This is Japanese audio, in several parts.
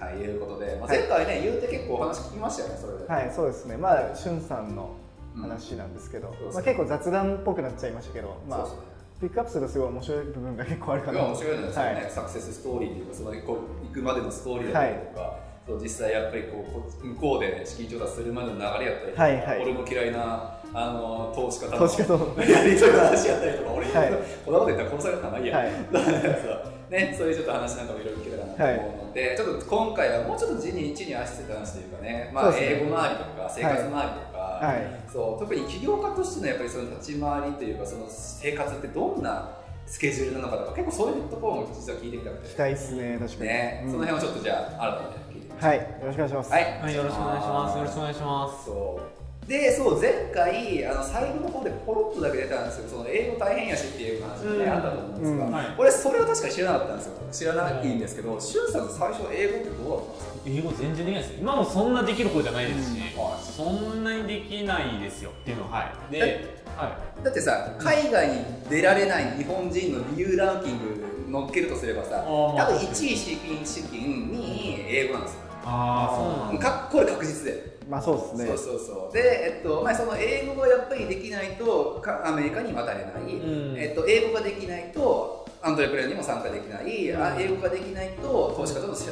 はい、いうことで、まあ、はい前回ね、言うて結構お話聞きましたよね、それで。はい、そうですね。まあ、しゅんさんの話なんですけど、うんまあ、結構雑談っぽくなっちゃいましたけど、ままあ、、あそうピックアップするとすごい面白い部分が結構あるですかね。な。いや面白いのよ、そのね、はいサクセスストーリーというか、そのこう行くまでのストーリーだったりとか、そう実際やっぱりこうこっち向こうで資金調達するまでの流れやったりとか、はいはい俺の嫌いなあの投資家との投資家とのやり取りの話やったりとか、俺、はいこんなこと言ったら殺されるかな、いや、はい そうね、そういうちょっと話なんかもいろいろ聞けたらなと思うので、ちょっと今回はもうちょっと地に地に足ついた話というかね、まそあ、うですね英語周りとか、生活周りとか、はい、そう特に起業家としてのやっぱりその立ち回りというかその生活ってどんなスケジュールなのかとか結構そういうところも実は聞いてみたく期て、待ですね、確かに。ねうんその辺をちょっとじゃあ改めて聞いてみましょはい、よろしくお願いします。うはい、はい、よろしくお願いします。よろしくお願いします。そうでそう前回あの最後の方でポロッとだけ出たんですけどその英語大変やしっていう話が、ねうんあったと思うんですが、うんはい俺それは確かに知らなかったんですよ知らないんですけど俊さんって最初英語ってどうだったんですか英語全然できないです。今もそんなできる方じゃないですし、うんはいそんなにできないですよっていうのは、はい。で、はだってさ海外に出られない日本人の理由ランキング乗っけるとすればさあ多ー分1位資金資金2位英語なんですよい。ああ、そうなんだ。かこれ確実で、まあ、そうですそねう。そうそうで、えっとまあ、その英語がやっぱりできないとかアメリカに渡れない、うんえっと、英語ができないとアントレプレーにも参加できない、あ英語ができないと投資家との交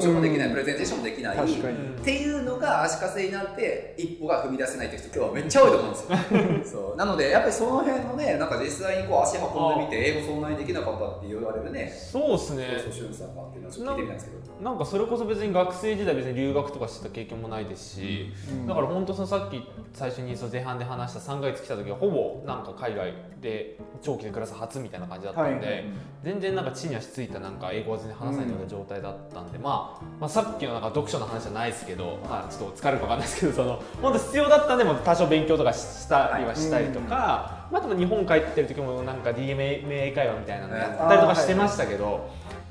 渉もできない、うんプレゼンテーションもできない確かうに。んっていうのが足かせになって一歩が踏み出せないって人今日はめっちゃ多いと思うんです よそうなのでやっぱりその辺のねなんか実際にこう足運んでみて英語そんなにできなかったって言われるねそうですそうねそう。俊さんがっていうのはちょっと聞いてみたんですけどなんかそれこそ別に学生時代別に留学とかしてた経験もないですし、うんだから本当そのさっき最初にその前半で話した3ヶ月来た時はほぼなんか海外で長期で暮らす初みたいな感じだったんで、はい全然なんか地に足ついたなんか英語は全然話さないような状態だったんで、まあ、まあさっきのなんか読書の話じゃないですけど、まあ、ちょっと疲れるかわかんないですけどその本当必要だったんでも多少勉強とかししたりはしたりとか、まあ、多分日本帰ってる時もなんか DMA 会話みたいなのやったりとかしてましたけど。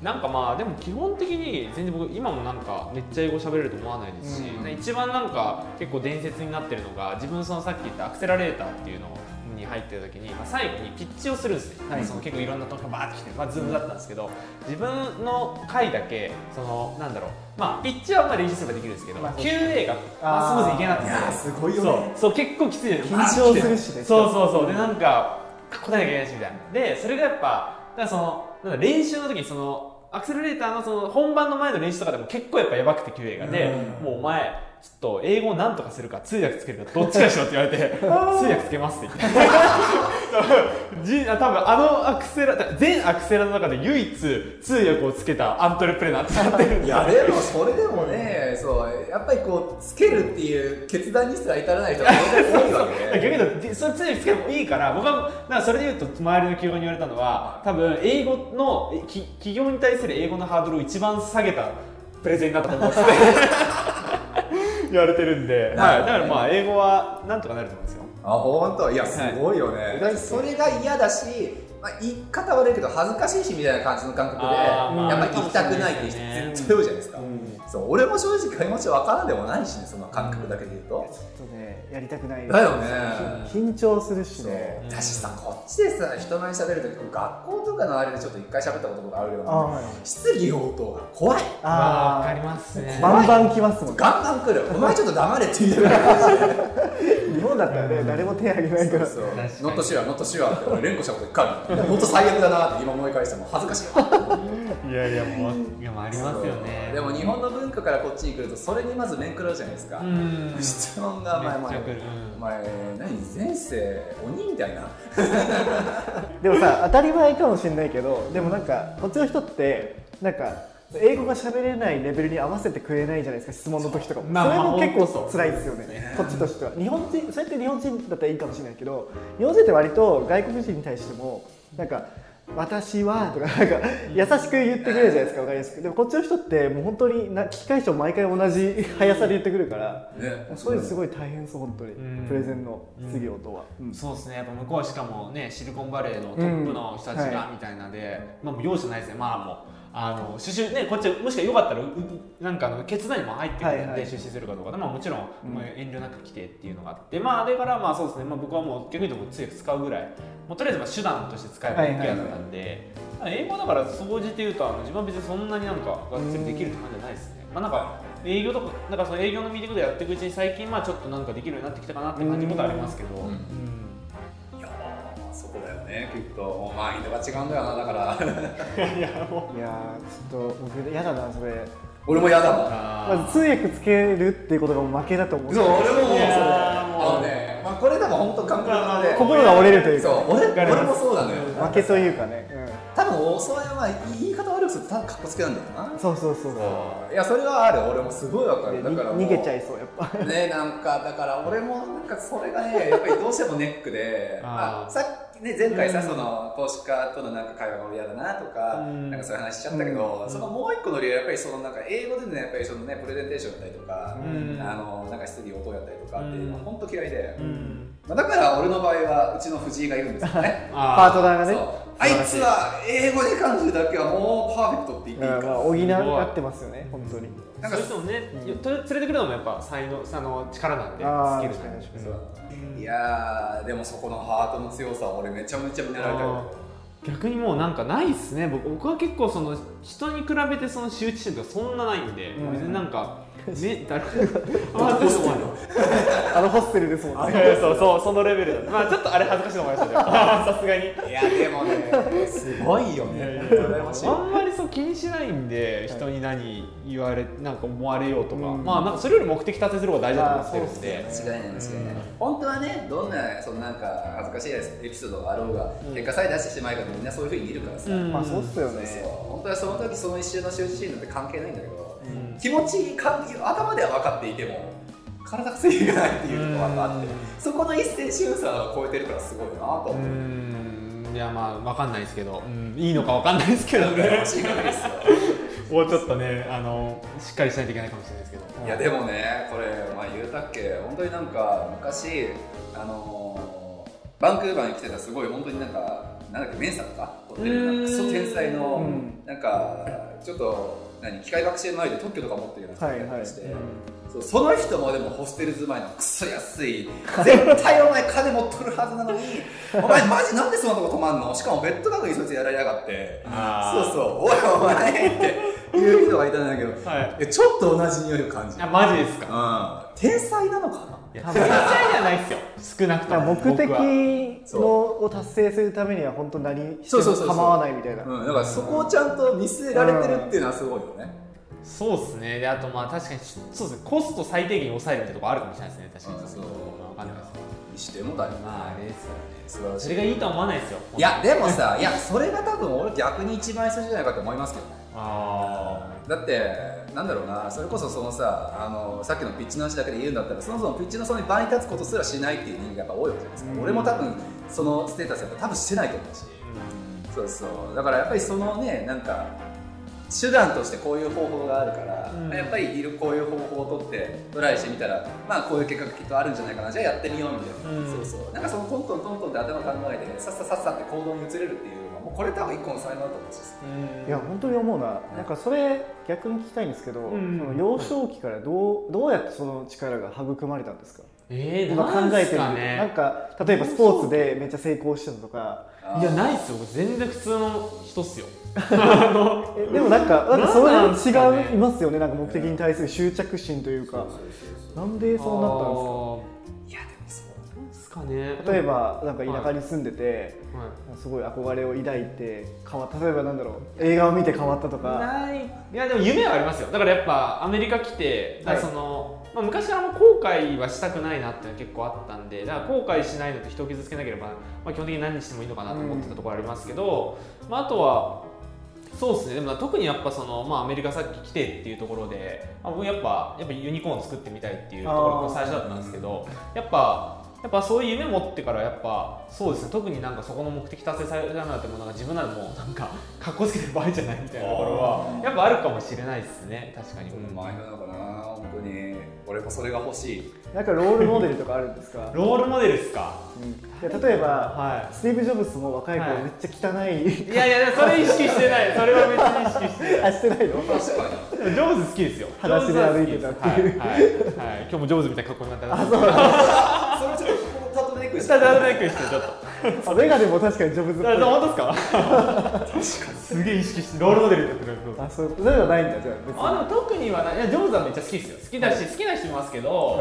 なんかまあでも基本的に全然僕今もなんかめっちゃ英語喋れると思わないですし、うんね一番なんか結構伝説になってるのが自分そのさっき言ったアクセラレーターっていうのに入ってる時に、まあ、最後にピッチをするんですね、はいその結構いろんなとこがバーってきて、まあ、ズームだったんですけど自分の回だけそのなんだろうまあピッチはあんまり練習すればできるんですけど、まあそう QA がまあスムーズにいけなくていやーすごいよね。そうそう結構きついです緊張するしね。そうそうそうでなんか答えなきゃいけないしみたいなでそれがやっぱだからそのなんだ練習の時にそのアクセルレーターのその本番の前の練習とかでも結構やっぱやばくて QA がで、もうお前ちょっと英語をなんとかするか通訳つけるかどっちかにしろって言 われて通訳つけますって言って じあ多分あのアクセラ全アクセラの中で唯一通訳をつけたアントレプレナーってなってるんですよいやでもそれでもねそうやっぱりこうつけるっていう決断にすら至らない人が多いわけ 逆に言うと、それ常につけてもいいから、僕は、だからそれで言うと、周りの企業に言われたのは、多分、英語の、えき企業に対する英語のハードルを一番下げたプレゼンだったと思うんですね 言われてるんで、なはい、るほだどねからまあ、英語はなんとかなると思うんですよ。あ本当いやすごいよね、はいそれが嫌だし、まあ、言い方悪いけど恥ずかしいしみたいな感じの感覚であーまあやっぱり行きたくないっていうそうですね人強いじゃないですか、うんそう俺も正直気持ちわからんでもないしねその感覚だけで言うと、ちょっとね、やりたくない。だよねき緊張するしそうね。だしさこっちでさ人前に喋るとき学校とかのあれでちょっと一回喋ったことがあるようあーなはい質疑応答が怖いまあわかりーますね。バンバン来ますもん。ガンガン来るお前ちょっと黙れって言いながら日本だったらね、誰も手挙げないから。そう確かにノットシュアノットシュアって俺連呼したこと一回ある本当最悪だなって今思い返しても恥ずかしいわいやいや、もう、いや、もうありますよね。でも日本の文化からこっちに来るとそれにまず面食らうじゃないですか、うん。質問が前めっちゃ前来るうんお前何前世鬼みたいなでもさ当たり前かもしれないけどでもなんかこっちの人ってなんか英語が喋れないレベルに合わせてくれないじゃないですか質問の時とかも、まあまあそれも結本当そ構う辛いですよねこっちとしては日本人そうやって日本人だったらいいかもしれないけど日本人って割と外国人に対してもなんか私はとかなんか優しく言ってくれるじゃないですか分かりやすくでもこっちの人ってもう本当にな聞き返しても毎回同じ速さで言ってくるからねそういうのすごい大変そう本当にうんプレゼンの質業とは、うんそうですねやっぱ向こうはしかもねシリコンバレーのトップの人たちうんがはみたいなで、まあもう容赦ないですねまあもうあの出資ねこっちもしかよかったらううなんかあの決断にも入ってくるはいんはいで出資するかどうかで、まあもちろん、うんまあ遠慮なく来てっていうのがあってまあだからまあそうですね、まあ、僕はもう逆に言うと強く使うぐらいもうとりあえずまあ手段として使えばいいだけだったんで、英語だから総じて言うとあの自分は別にそんなになんかがっつりできるって感じじゃないですね、まあなんか営業とかなんかその営業のミーティングでやっていくうちに最近まあちょっとなんかできるようになってきたかなって感じることはありますけど、うんうんいやーそこだよねきっともうマインドが違うんだよなだから いやもいやーちょっと僕嫌だなそれ俺も嫌だもんまずう通訳つけるっていうことがもう負けだと思うそう俺ももうそれいやあーのね、まあ、これでも本当感覚で心が折れるというそかう俺わかります俺もそうなのよ負けというかね、多分おそれはまあ言い方悪くすると多分かっこつけなんだよなうん、そうそうそうそそういやそれはある俺もすごいわかうでるだにから逃げちゃいいそうやっぱ ねなんかだから俺もなんかそれが ねやっぱりどうしてもネックであーまあ、さっきね前回さ、うんその投資家とのなんか会話が俺嫌だなとか、うんなんかそういう話しちゃったけど、うんそのもう一個の理由はやっぱりそのなんか英語でのやっぱりそのねプレゼンテーションだったりとか、うんあのなんか質疑応答やったりとかっていうのはうん本当嫌いで、ん、まあ、だから俺の場合はうちの藤井がいるんですよねパー あトナーがそねうあいつは英語に関するだけはもうパーフェクトって言っていいうんかまあ補ってますよねごい本当にーなんかそれともね、と連れてくるのもやっぱ才能あの力なんであースキルなんで確かにそういやーでもそこのハートの強さは俺めちゃめちゃ見習いたいわ逆にもうなんかないっすね僕僕は結構その人に比べてその羞恥心とかそんなないんで、うん別になん かね誰 まあそうそうあのホステルですもんねそうそうそのレベルまあちょっとあれ恥ずかしいと 思いましたけどさすがにいやでもねすごいよね羨ましいあんまりそう気にしないんで人に何言われなんか思われようとか、うんまあなんかそれより目的達成する方が大事だと思ってるんであーそうっすね間違いない間違いない本当はねどんなそのなんか恥ずかしいエピソードがあろうが、結果さえ出してしまえばみんなそういうふうに見るからさ、うんまあそうっすよねそうそう本当はその時その一瞬の羞恥心なんて関係ないんだけど、うん気持ち感じ頭では分かっていても体がついていかないっていうところがあって、うんそこの一線瞬差を超えてるからすごいなと思うう、ーんいやまあわかんないですけど、うんいいのかわかんないですけ どね間違いですよもうちょっとねあのしっかりしないといけないかもしれないですけどいやでもねこれ、まあ、言うたっけ本当になんか昔あのーバンクーバーに来てたすごい本当になんかなんだっけメンサとか取ってるなんかクソ天才の、うんなんかちょっと何機械学習の前で特許とか持ってるような人がいたりして、うんそうその人もでもホステル住まいのクソ安い絶対お前金持っとるはずなのにお前マジなんでそんなとこ泊まんのしかもベッド係にそいつやられやがってあそうそうおいお前っていう人がいたんだけどうはいえちょっと同じ匂いを感じるあマジですかうん天才なのかないや天才じゃないですよ少なくとも目的僕はのを達成するためには本当何してそうそうもそうそう構わないみたいなうん、だからそこをちゃんと見据えられてるっていうのはすごいよね、そうですねであとまあ確かにそうですねコスト最低限抑えるみたいなところあるかもしれないですね確かあにそうまあわかんないですにしてもだよねまああれですよね素晴らそしれいがいいとは思わないですよいやでもさいやそれが多分俺逆に一番一緒じゃないかと思いますけどねあだってなんだろうなそれこそそのさあのさっきのピッチの話だけで言うんだったらそもそもピッチのその場に立つことすらしないっていう人間がやっぱ多いわけじゃないですか、うん俺も多分そのステータスやっぱ多分してないと思うし、ーうんそうそうだからやっぱりそのねなんか手段としてこういう方法があるから、うんやっぱりいるこういう方法を取ってトライしてみたらまあこういう結果がきっとあるんじゃないかなじゃあやってみようみたいな、うんそうそうなんかそのトントントントンって頭考えてさっささっさって行動に移れるっていうのはもうこれ多分一個の才能だと思うんですようんいや本当に思うななんかそれ逆に聞きたいんですけど、うんその幼少期からどうどうやってその力が育まれたんですかえー、今考なんえすてるかなんねか例えばスポーツでめっちゃ成功してたとかいやないいっすよ僕全然普通の人っすよえでもなんかなんかそれなんなんすかね違いますよねなんか目的に対する執着心というかなんでそうなったんですかいやでもそうなんですかね例え、ばなんか田舎に住んでて、はすごい憧れを抱いて変わった例えばなんだろう映画を見て変わったとい、かないいやでも夢はありますよだからやっぱアメリカ来てだからその、まあ、昔からもう後悔はしたくないなっていうのは結構あったんでだから後悔しないのと人を傷つけなければ、まあ、基本的に何してもいいのかなと思ってたところありますけど、まあ、あとはそうですねでも特にやっぱその、まあ、アメリカさっき来てっていうところで、まあ、僕やっぱやっぱユニコーン作ってみたいっていうところが最初だったんですけどやっぱやっぱそういう夢持ってからやっぱそうですね特になんかそこの目的達成されるなんてもうなんか自分ならもうなんかかっこつけてる場合じゃないみたいなところはやっぱあるかもしれないですね確かに、うんマインドなのかな本当に俺もそれが欲しいなんかロールモデルとかあるんですか、ロールモデルですかうんいや例えばはスティーブ・ジョブズも若い頃はいめっちゃ汚い、 いいやいやそれ意識してないそれは別に意識してなあいしてない よ確かにでもジョブズ好きですよ。裸足で歩いてたっていうジョブズは好きですはい、はいはい今日もジョブズみたいな格好になったな。あ、そう。それちょっとこのタトネック下で歩いてる人ちょっと。あメガネも確かにジョブズっぽいあ、でも本当ですか。確かに。すげえ意識してロールモデルって言ってる。あそういうことそういうのはないんだじゃあ、あでも特にはない。いやジョブズはめっちゃ好きですよ。好きだし、好きな人いますけど、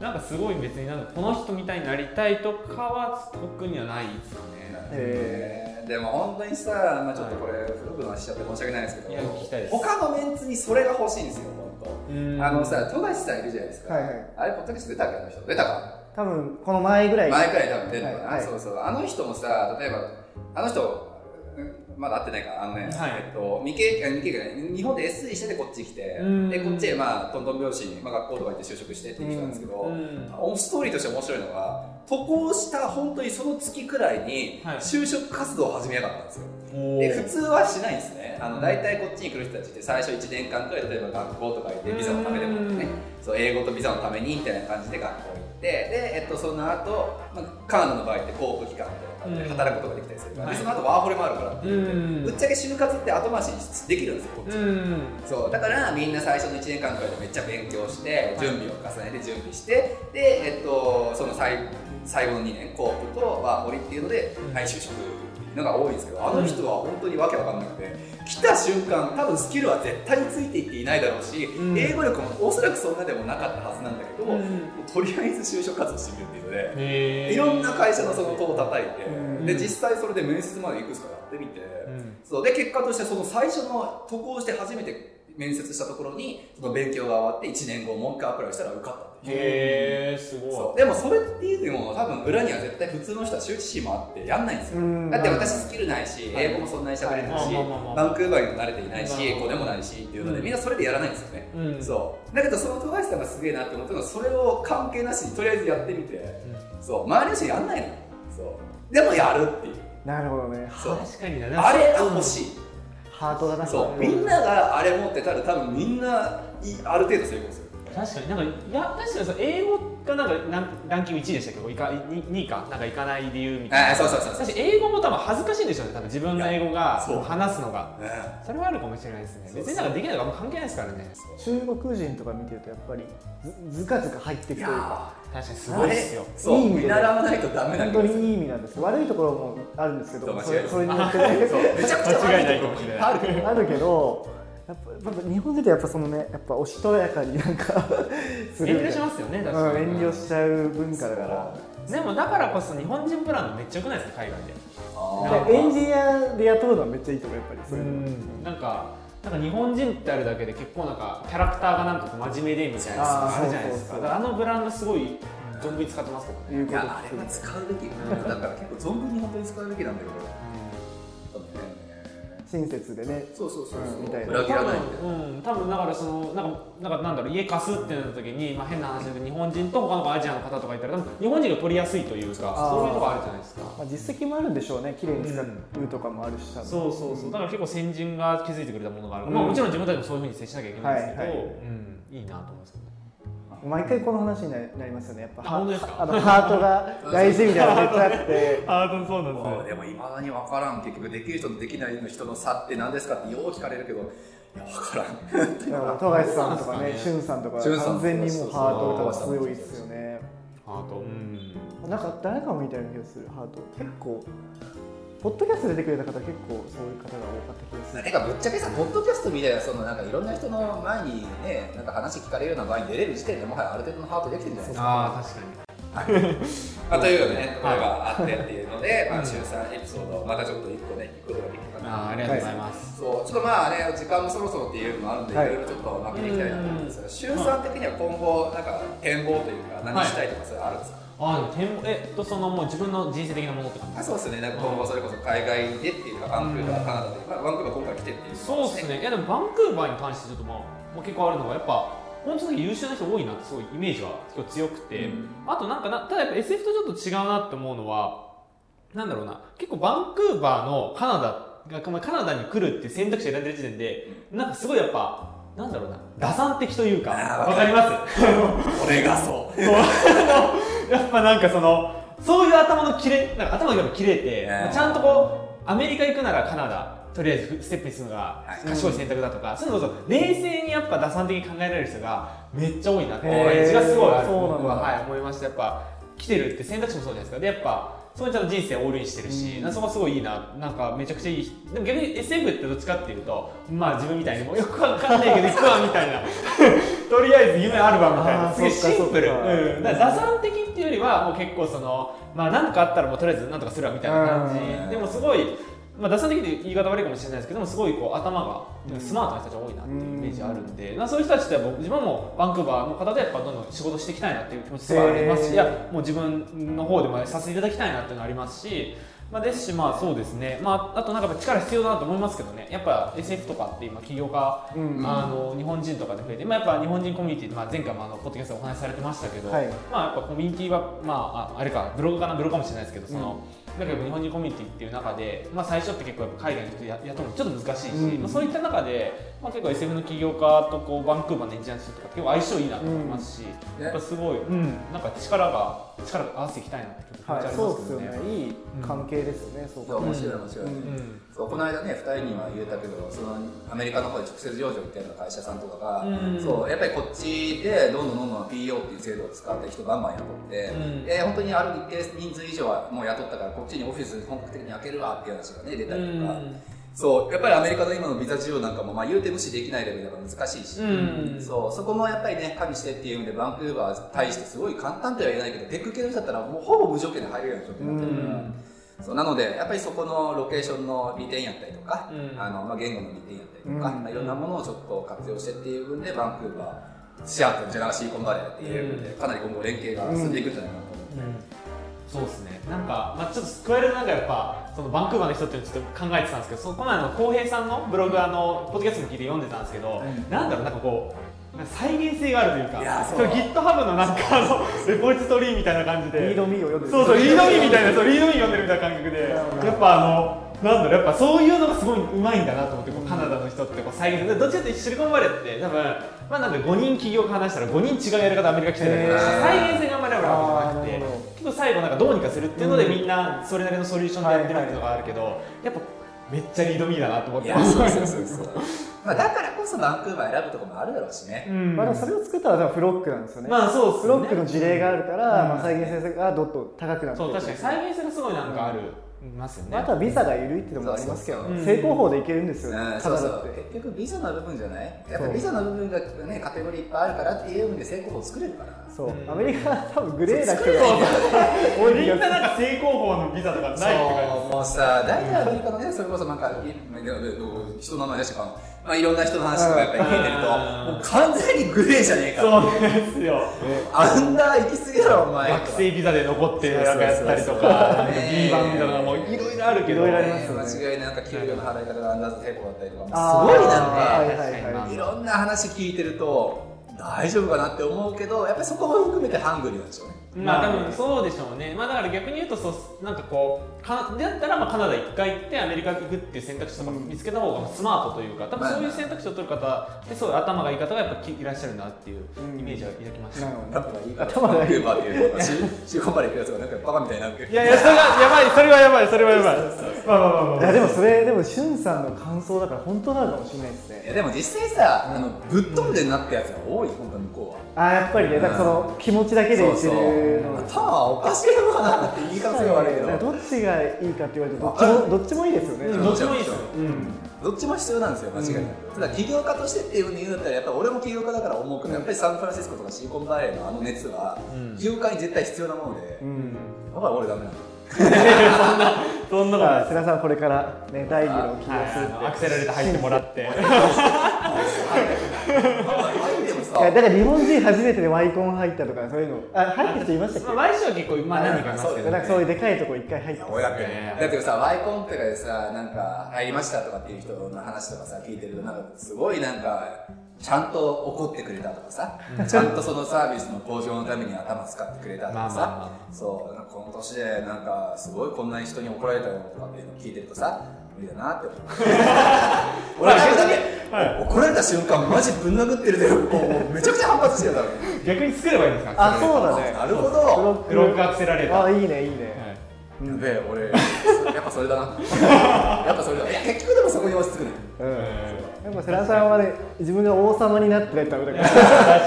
別に、はい、なんかすごい別になんかこの人みたいになりたいとかは特にはないですかね。えーでも本当にさ、まあ、ちょっとこれ古くの話しちゃって申し訳ないですけどいや聞きたいです他のメンツにそれが欲しいんですよ本当あのさ富樫さんいるじゃないですか、はいはいあれポッドキャスト出たっけあの人出たか多分この前ぐらい前くらい多分出るのかな、はいはいそうそうあの人もさ例えばあの人うんまだ会ってないからあのね、はいえっと、未経験未経験じゃない日本で SE しててこっち来てうんでこっちへまあトントン拍子に、まあ、学校とか行って就職してっていう人なんですけど、おストーリーとして面白いのが渡航した本当にその月くらいにはい就職活動を始めやがったんですよ、おで普通はしないんですねあの大体こっちに来る人たちって最初1年間くらい例えば学校とか行ってビザのためでもってねうんそう英語とビザのためにみたいな感じで学校行ってで、えっと、その後、まあカナダの場合って公務機関みたいな感じでうん働くことができたりするから、はいでその後ワーホリもあるからって言って、うんぶっちゃけ就活って後回しにできるんですよこっち、うん。そうだからみんな最初の1年間くらいでめっちゃ勉強して準備を重ねて準備してで、えっと、その最最後の2年コープとワーホリっていうのでうんはい就職っていうのが多いんですけどあの人は本当にわけわかんなくて来た瞬間多分スキルは絶対についていっていないだろうし、うん英語力もおそらくそんなでもなかったはずなんだけど、うんもうとりあえず就職活動してみるっていうので。へーいろんな会社のその戸を叩いて、うんで実際それで面接までいくつかやってみて、うんそうで結果としてその最初の渡航して初めて面接したところにその勉強が終わって1年後もう一回アプライしたら受かったっていうへえ、すごい。そうでもそれっていうのも多分裏には絶対普通の人は羞恥心もあってやんないんですようんだって私スキルないしはい英語もそんなに喋れないしはいまあまあまあまあバンクーバーにも慣れていないしまあまあ英語でもないしっていうのでうんみんなそれでやらないんですよねうんそうだけどその富樫さんがすげえなって思ったのはそれを関係なしにとりあえずやってみてうんそう周りの人やんないのそうでもやるっていうなるほどねそう確かにだね。あれが欲しい、ハートだなそうれみんながあれ持ってたら多分みんないある程度成功する確かになんかいや確かにその英語がなんかランランキング1位でしたけどいか2位かなんかいかない理由みたいあなあそうそうそうそう、確かに英語も多分恥ずかしいんでしょうね多分自分の英語がいやそう話すのがねそれはあるかもしれないですねそうそう別になんかできないとかあんま関係ないですからね中国人とか見てるとやっぱりずずかずか入っていいくとやいうかー確かにすあごいれですよそういい意味で見習わないとダメなん本当でにすよいい意味なんですよ悪いところもあるんですけそうど間違そいなれいそれに そよってねうめちゃくちゃ間違いな悪といこかもしれないっぱあるけどあるけどやっぱやっぱ日本人ってやっぱそのねやっぱおしとやかになんか する遠慮しますよね確うんかに、遠慮しちゃう文化だからでもだからこそ日本人ブランドめっちゃ良くないですか海外であだーからエンジニアで雇うのはめっちゃいいと思うやっぱりそういうのなんかなんか日本人ってあるだけで結構なんかキャラクターがなんかこう真面目でみたいあなーあるじゃないですかそうそうそうだからあのブランドすごい存分に使ってますけどいいうね、こやあれとはです使うべきだから結構存分に本当に使うべきなんだけど多分ね親切でねそうそうそううそんみたういな裏切らないみたいなうん、多分だからそのなんかなんかなんだろう家貸すってなった時に、まあ、変な話だけど日本人と他のアジアの方とかいたら多分日本人が取りやすいというかあーそういうとこあるじゃないですかまあ、実績もあるんでしょうね綺麗に使うとかもあるし多分そうそうそうだから結構先人が気づいてくれたものがある、うんまあ、もちろん自分たちもそういうふうに接しなきゃいけないですけど、はいはいうん、いいなと思いますけどね毎回この話にななりますよねやっぱあ本当ですかあのハート が大事みたいなの絶対あってああそうなんそうでもいまだに分からん結局できる人とできない人の差って何ですかってよう聞かれるけどいや分からんだから富樫さんとかねそ俊さんとか俊さん完全にもうハートが強いですよねハートうんなんか誰かもみたいな気がするハート結構ポッドキャスト出てくれた方結構そういう方が多かった気がするてかぶっちゃけさポッドキャストみたいなそのなんかいろんな人の前にねなんか話聞かれるような場合に出れる時点でもはやある程度のハートできてるんじゃないですかああ確かにまあ、というようなねところがあってっていうので、まあ、中3エピソードまたちょっと一個ね聞くことができたかあーなありがとうございます、そうちょっとまあね時間もそろそろっていうのもあるんで、はいい、ろいろちょっと分けていきたいなと思うんですが週3的には今後なんか展望というか何したいとかそれあるんですか、ああでも展望えっとそのもう自分の人生的なものって感じあそうですねなんか今後それこそ海外でっていうかバンクーバーカナダで、まあ、バンクーバー今回来てっていうそうですね、いやでもバンクーバーに関してちょっとまあ、まあ、結構あるのが、やっぱ本当に優秀な人多いなってすごいイメージは今日強くて、あとなんかなただやっぱ SF とちょっと違うなって思うのはなんだろうな結構バンクーバーのカナダがまあカナダに来るっていう選択肢を選んでる時点でなんかすごいやっぱなんだろうな打算的というかあーわかります俺がそうやっぱなんかそのそういう頭の切れなんか頭が切れて、ねちゃんとこうアメリカ行くならカナダとりあえずステップにするのがはい賢い選択だとか、そういうのこそ冷静にやっぱ打算的に考えられる人がめっちゃ多いなってへー感じがすごいあるそうなんだ僕は、はい、思いましたやっぱ来てるって選択肢もそうじゃないですかでやっぱそこにちゃんと人生をオールインしてるし、なんかそこはすごいいいななんかめちゃくちゃいいでも逆に SF ってどっちかっていうとまあ自分みたいにもうよくわかんないけど行くわみたい なとりあえず夢あるわみたいあなーすげえそっかシンプルそっかうん、だから打算的っていうよりはもう結構そのまあ何かあったらもうとりあえず何とかするわみたいな感うんじでもすごい、まあ、打算的って言い方悪いかもしれないですけどもすごいこう頭がなんかスマートな人たちが多いなっていうイメージあるんで、まあそういう人たちって僕自分もバンクーバーの方でやっぱどんどん仕事していきたいなっていう気持ちすごいありますし、へーいやもう自分の方でもさせていただきたいなっていうのがありますし。まあ、ですし、まあそうですね、まあ、あとなんかやっぱ力必要だなと思いますけどね、やっぱ SF とかって今、起業家うんあの日本人とかで増えて、まあ、やっぱ日本人コミュニティって、まあ、前回もあのポッドキャストでお話しされてましたけど、はいまあ、やっぱコミュニティは、まあ、ああれかブログかなブログかもしれないですけどその、だけど日本人コミュニティっていう中で、まあ、最初って結構やっぱ海外の人や雇うのちょっと難しいし、うんまあ、そういった中で、まあ、結構 SF の起業家とこうバンクーバーのエンジニアの人とか結構相性いいなと思いますし、うんやっぱすごい、うん、なんか力が力を合わせていきたいなって気持ちあはりまい、すそうですけどよね。ね。いい関係ですね。そう考える面白い面白い、うんうんそうこの間ね2人には言えたけどそのアメリカの方で直接上場行ってる会社さんとかが、うんそうやっぱりこっちでどんどんどんどん PO っていう制度を使って人バンバン雇って、うんで本当にある一定人数以上はもう雇ったからこっちにオフィス本格的に開けるわっていう話がね出たりとか、そうやっぱりアメリカの今のビザ需要なんかも、まあ、言うて無視できないレベルだから難しいし、うんそうそこもやっぱりね加味してっていう意味でバンクーバーに対してすごい簡単とは言えないけどテック系の人だったらもうほぼ無条件で入れるような状況になってるから。うんそうなのでやっぱりそこのロケーションの利点やったりとか、うんあのまあ、言語の利点やったりとか、うんまあいろんなものをちょっと活用してっていう部分でバンクーバーシアトルジェラシーコンバレーっていう部分でかなり今後連携が進んでいくんじゃないかなと思って、そうですね。なんか、まあ、ちょっと加えるなんかやっぱ、そのバンクーバーの人っていうのをちょっと考えてたんですけど、そのこの前の浩平さんのブログ、あの、ポッドキャストも聞いて読んでたんですけど、なんだろう、なんかこう、なんか再現性があるというか、いやそうれ GitHub のなんか、あの、レポジトリーみたいな感じで、リードミーを読んでそうそう、リードミーみたいな、そう、リードミー読んでるみたいな感覚で、やっぱあの、なんだろう、やっぱそういうのがすごいうまいんだなと思って、こうカナダの人ってこう再現で、どっちかっていうとシリコンバレーって、多分、まあなんで5人起業家話したら5人違うやり方アメリカ来てるんだけど、へー再現性があんまりあるわけじゃあーなるなほくて、結構最後なんかどうにかするっていうので、みんなそれなりのソリューションでやってるっていうのがあるけど、やっぱめっちゃリードミーだなと思っいてやそうそうそうそうまあだからこそバンクーバー選ぶとこもあるだろうしね、うんまあ、でもそれを作ったのは多分フロックなんですよね。まあそうっすねフロックの事例があるから、うんまあ、再現性がどっと高くなってそう、確かにま再現性がすごいなんかある、ますよね。ああとはビザが緩いっていうのもありますけど、そうそうそう正攻法でいけるんですうよんね、カそうナそダっうて。結局ビザの部分じゃないやっぱそうビザの部分がねカテゴリーいっぱいあるからっていう部分で成功法を作れるからそう、うんアメリカは多分グレーだけど、多いみ気がんなするなんか成功法のビザとかないって感じですそうもうさ大体アメリカのねそれこそなんかいでも人の名前出してかまあいろんな人の話とかやっぱり聞いてるとうんもう完全にグレーじゃねえかそうですよ。あんな行き過ぎだろお前学生ビザで残ってなんかやったりとそうそうそうそうか、B 番ビザとかもいろいろあるけど、いろいろありねます間違いないなんか給料の払い方がアンダーズ抵抗だったりとあかーすごいはないんかはいはいいろんな話聞いてると大丈夫かなって思うけどやっぱりそこも含めてハングリーなんでしょうねまあ多分そうでしょうね。まあだから逆に言うとそうなんかこうかだったらまあカナダ一回行ってアメリカ行くっていう選択肢とか見つけた方がスマートというか、多分そういう選択肢を取る方でそういう頭がいい方がやっぱきいらっしゃるなっていうイメージは抱きました。なだるからいい頭がいいクーバーっていうのがシシリコンバレー行くやつがなんかバカみたいになるけどいやいやそれがやばいそれはやばいそれはやばい。まあまあまあほまあどいやでもそれでもしゅんさんの感想だから本当なのかもしれないですいねやでも実際さ、あのぶっ飛んでんなってやつが多い、本当に向こうああやっぱりねだからその気持ちだけは。でそそいうけるのう。が頭はおかしいのかなって言い方が悪いけだからど、どっちがいいかって言われてどっちもどっちもいいですよね、うんんどっちもいいですよ。うん。どっちも必要なんですよ、間違いなく。ただ、起業家としてっていうの言うんだったら、やっぱり俺も起業家だから思うけど、やっぱりサンフランシスコとかシリコンバレーのあの熱は、うん起業家に絶対必要なもので、うんだから俺ダメなの。そんなだこかとないら世良さんこれからね第二の起業するって、アクセラレーター入ってもら って。入ってもさいやだから日本人初めてでワイコン入ったとかそういうのあ入った人いましたっまあ、毎週は結構、まあ、何人かいますけけど。なんかそういうでかいとこ一回入っいたや俺だって、ねだってさ、ワイコンとかでさ、なんか入りましたとかっていう人の話とかさ、聞いてると、なんかすごいなんか、ちゃんと怒ってくれたとかさ、ちゃんとそのサービスの向上のために頭使ってくれたとかさ、まあまあまそうなんかこの年でなんかすごいこんなに人に怒られたよとかっていうのを聞いてるとさ無理だなって 思う俺逆に、怒られた瞬間マジぶん殴ってるでもうめちゃくちゃ反発してるだろ逆に作ればいいんですかあそうだだねなるほどブロックアクセラレーターあいいねいいねやべえ俺やっぱそれだなやっぱそれだいや結局でもそこに落ち着くねうんでも世良さんはね自分が王様になってないとダメだから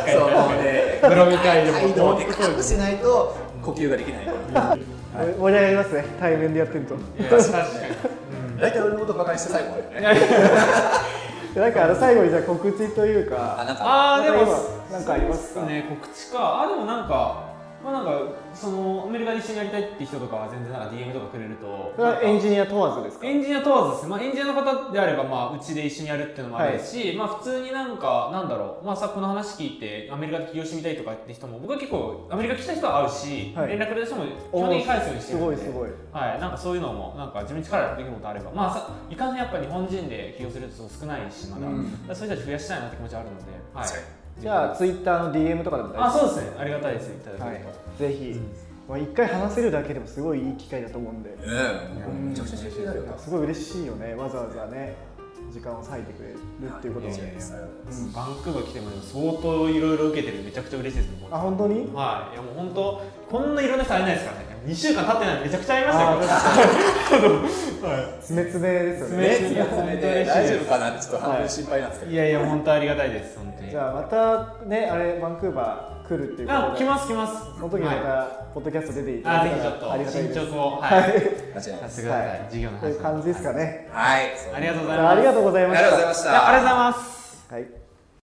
そうもうねブログ会でも態度をでかくしないと呼吸ができない盛り上がりますね対面でやってると確かに大体俺のことばかりして最後終わるよねでなんかあの最後にじゃあ告知というかあなんかああでも今なんかありますかそうですね告知かあでもなんかまあなんかそのアメリカで一緒にやりたいって人とかは全然なんか DM とかくれるとそれはエンジニア問わずですかエンジニア問わずですね、まあ、エンジニアの方であれば、まあ、うちで一緒にやるっていうのもあるし、まあ、普通になんか、なんだろう、まあ、さこの話聞いて、アメリカで起業してみたいとかって人も、僕は結構、アメリカ来た人は会うし、はい連絡くれた人も基本的に返すようにしてするんごでいすごいはい、なんかそういうのも、なんか自分の力でできることあれば、まあ、さいかんせんやっぱ日本人で起業する人少ないし、まだ、うんだからそういう人たち増やしたいなって気持ちはあるので、はい。じゃあツイッターの DM とかでも大あ、丈そうですね、ありがたいです、いただける夫と。はいぜひまあ一回話せるだけでもすごいいい機会だと思うんでねえめちゃくちゃ刺激になるよすごい嬉しいよねわざわざね時間を割いてくれるっていうこともやややさようならうんバンクーバー来ても相当いろいろ受けてるんでめちゃくちゃ嬉しいですね。あ本当にはい、いやもう本当、こんないろんな人会えないですからね、2週間経ってないのめちゃくちゃ会いましたよ、つめつめですよ爪ねね、爪爪で大丈夫かなってちょっと半分心配なんですけど、 いやいや、本当ありがたいです、本当に。じゃあまたねあれバンクーバー来るっていうことあ、で来ます、来ます。その時にまはいたポッドキャスト出ていたあ、だぜいひちょたらありがったと、いで進す捗を、はい、間違いなさいせてください、はい授業の話という感じですかねはいありがとうございます。ありがとうございあまりがしとうございたましいやたありがとうございます。はい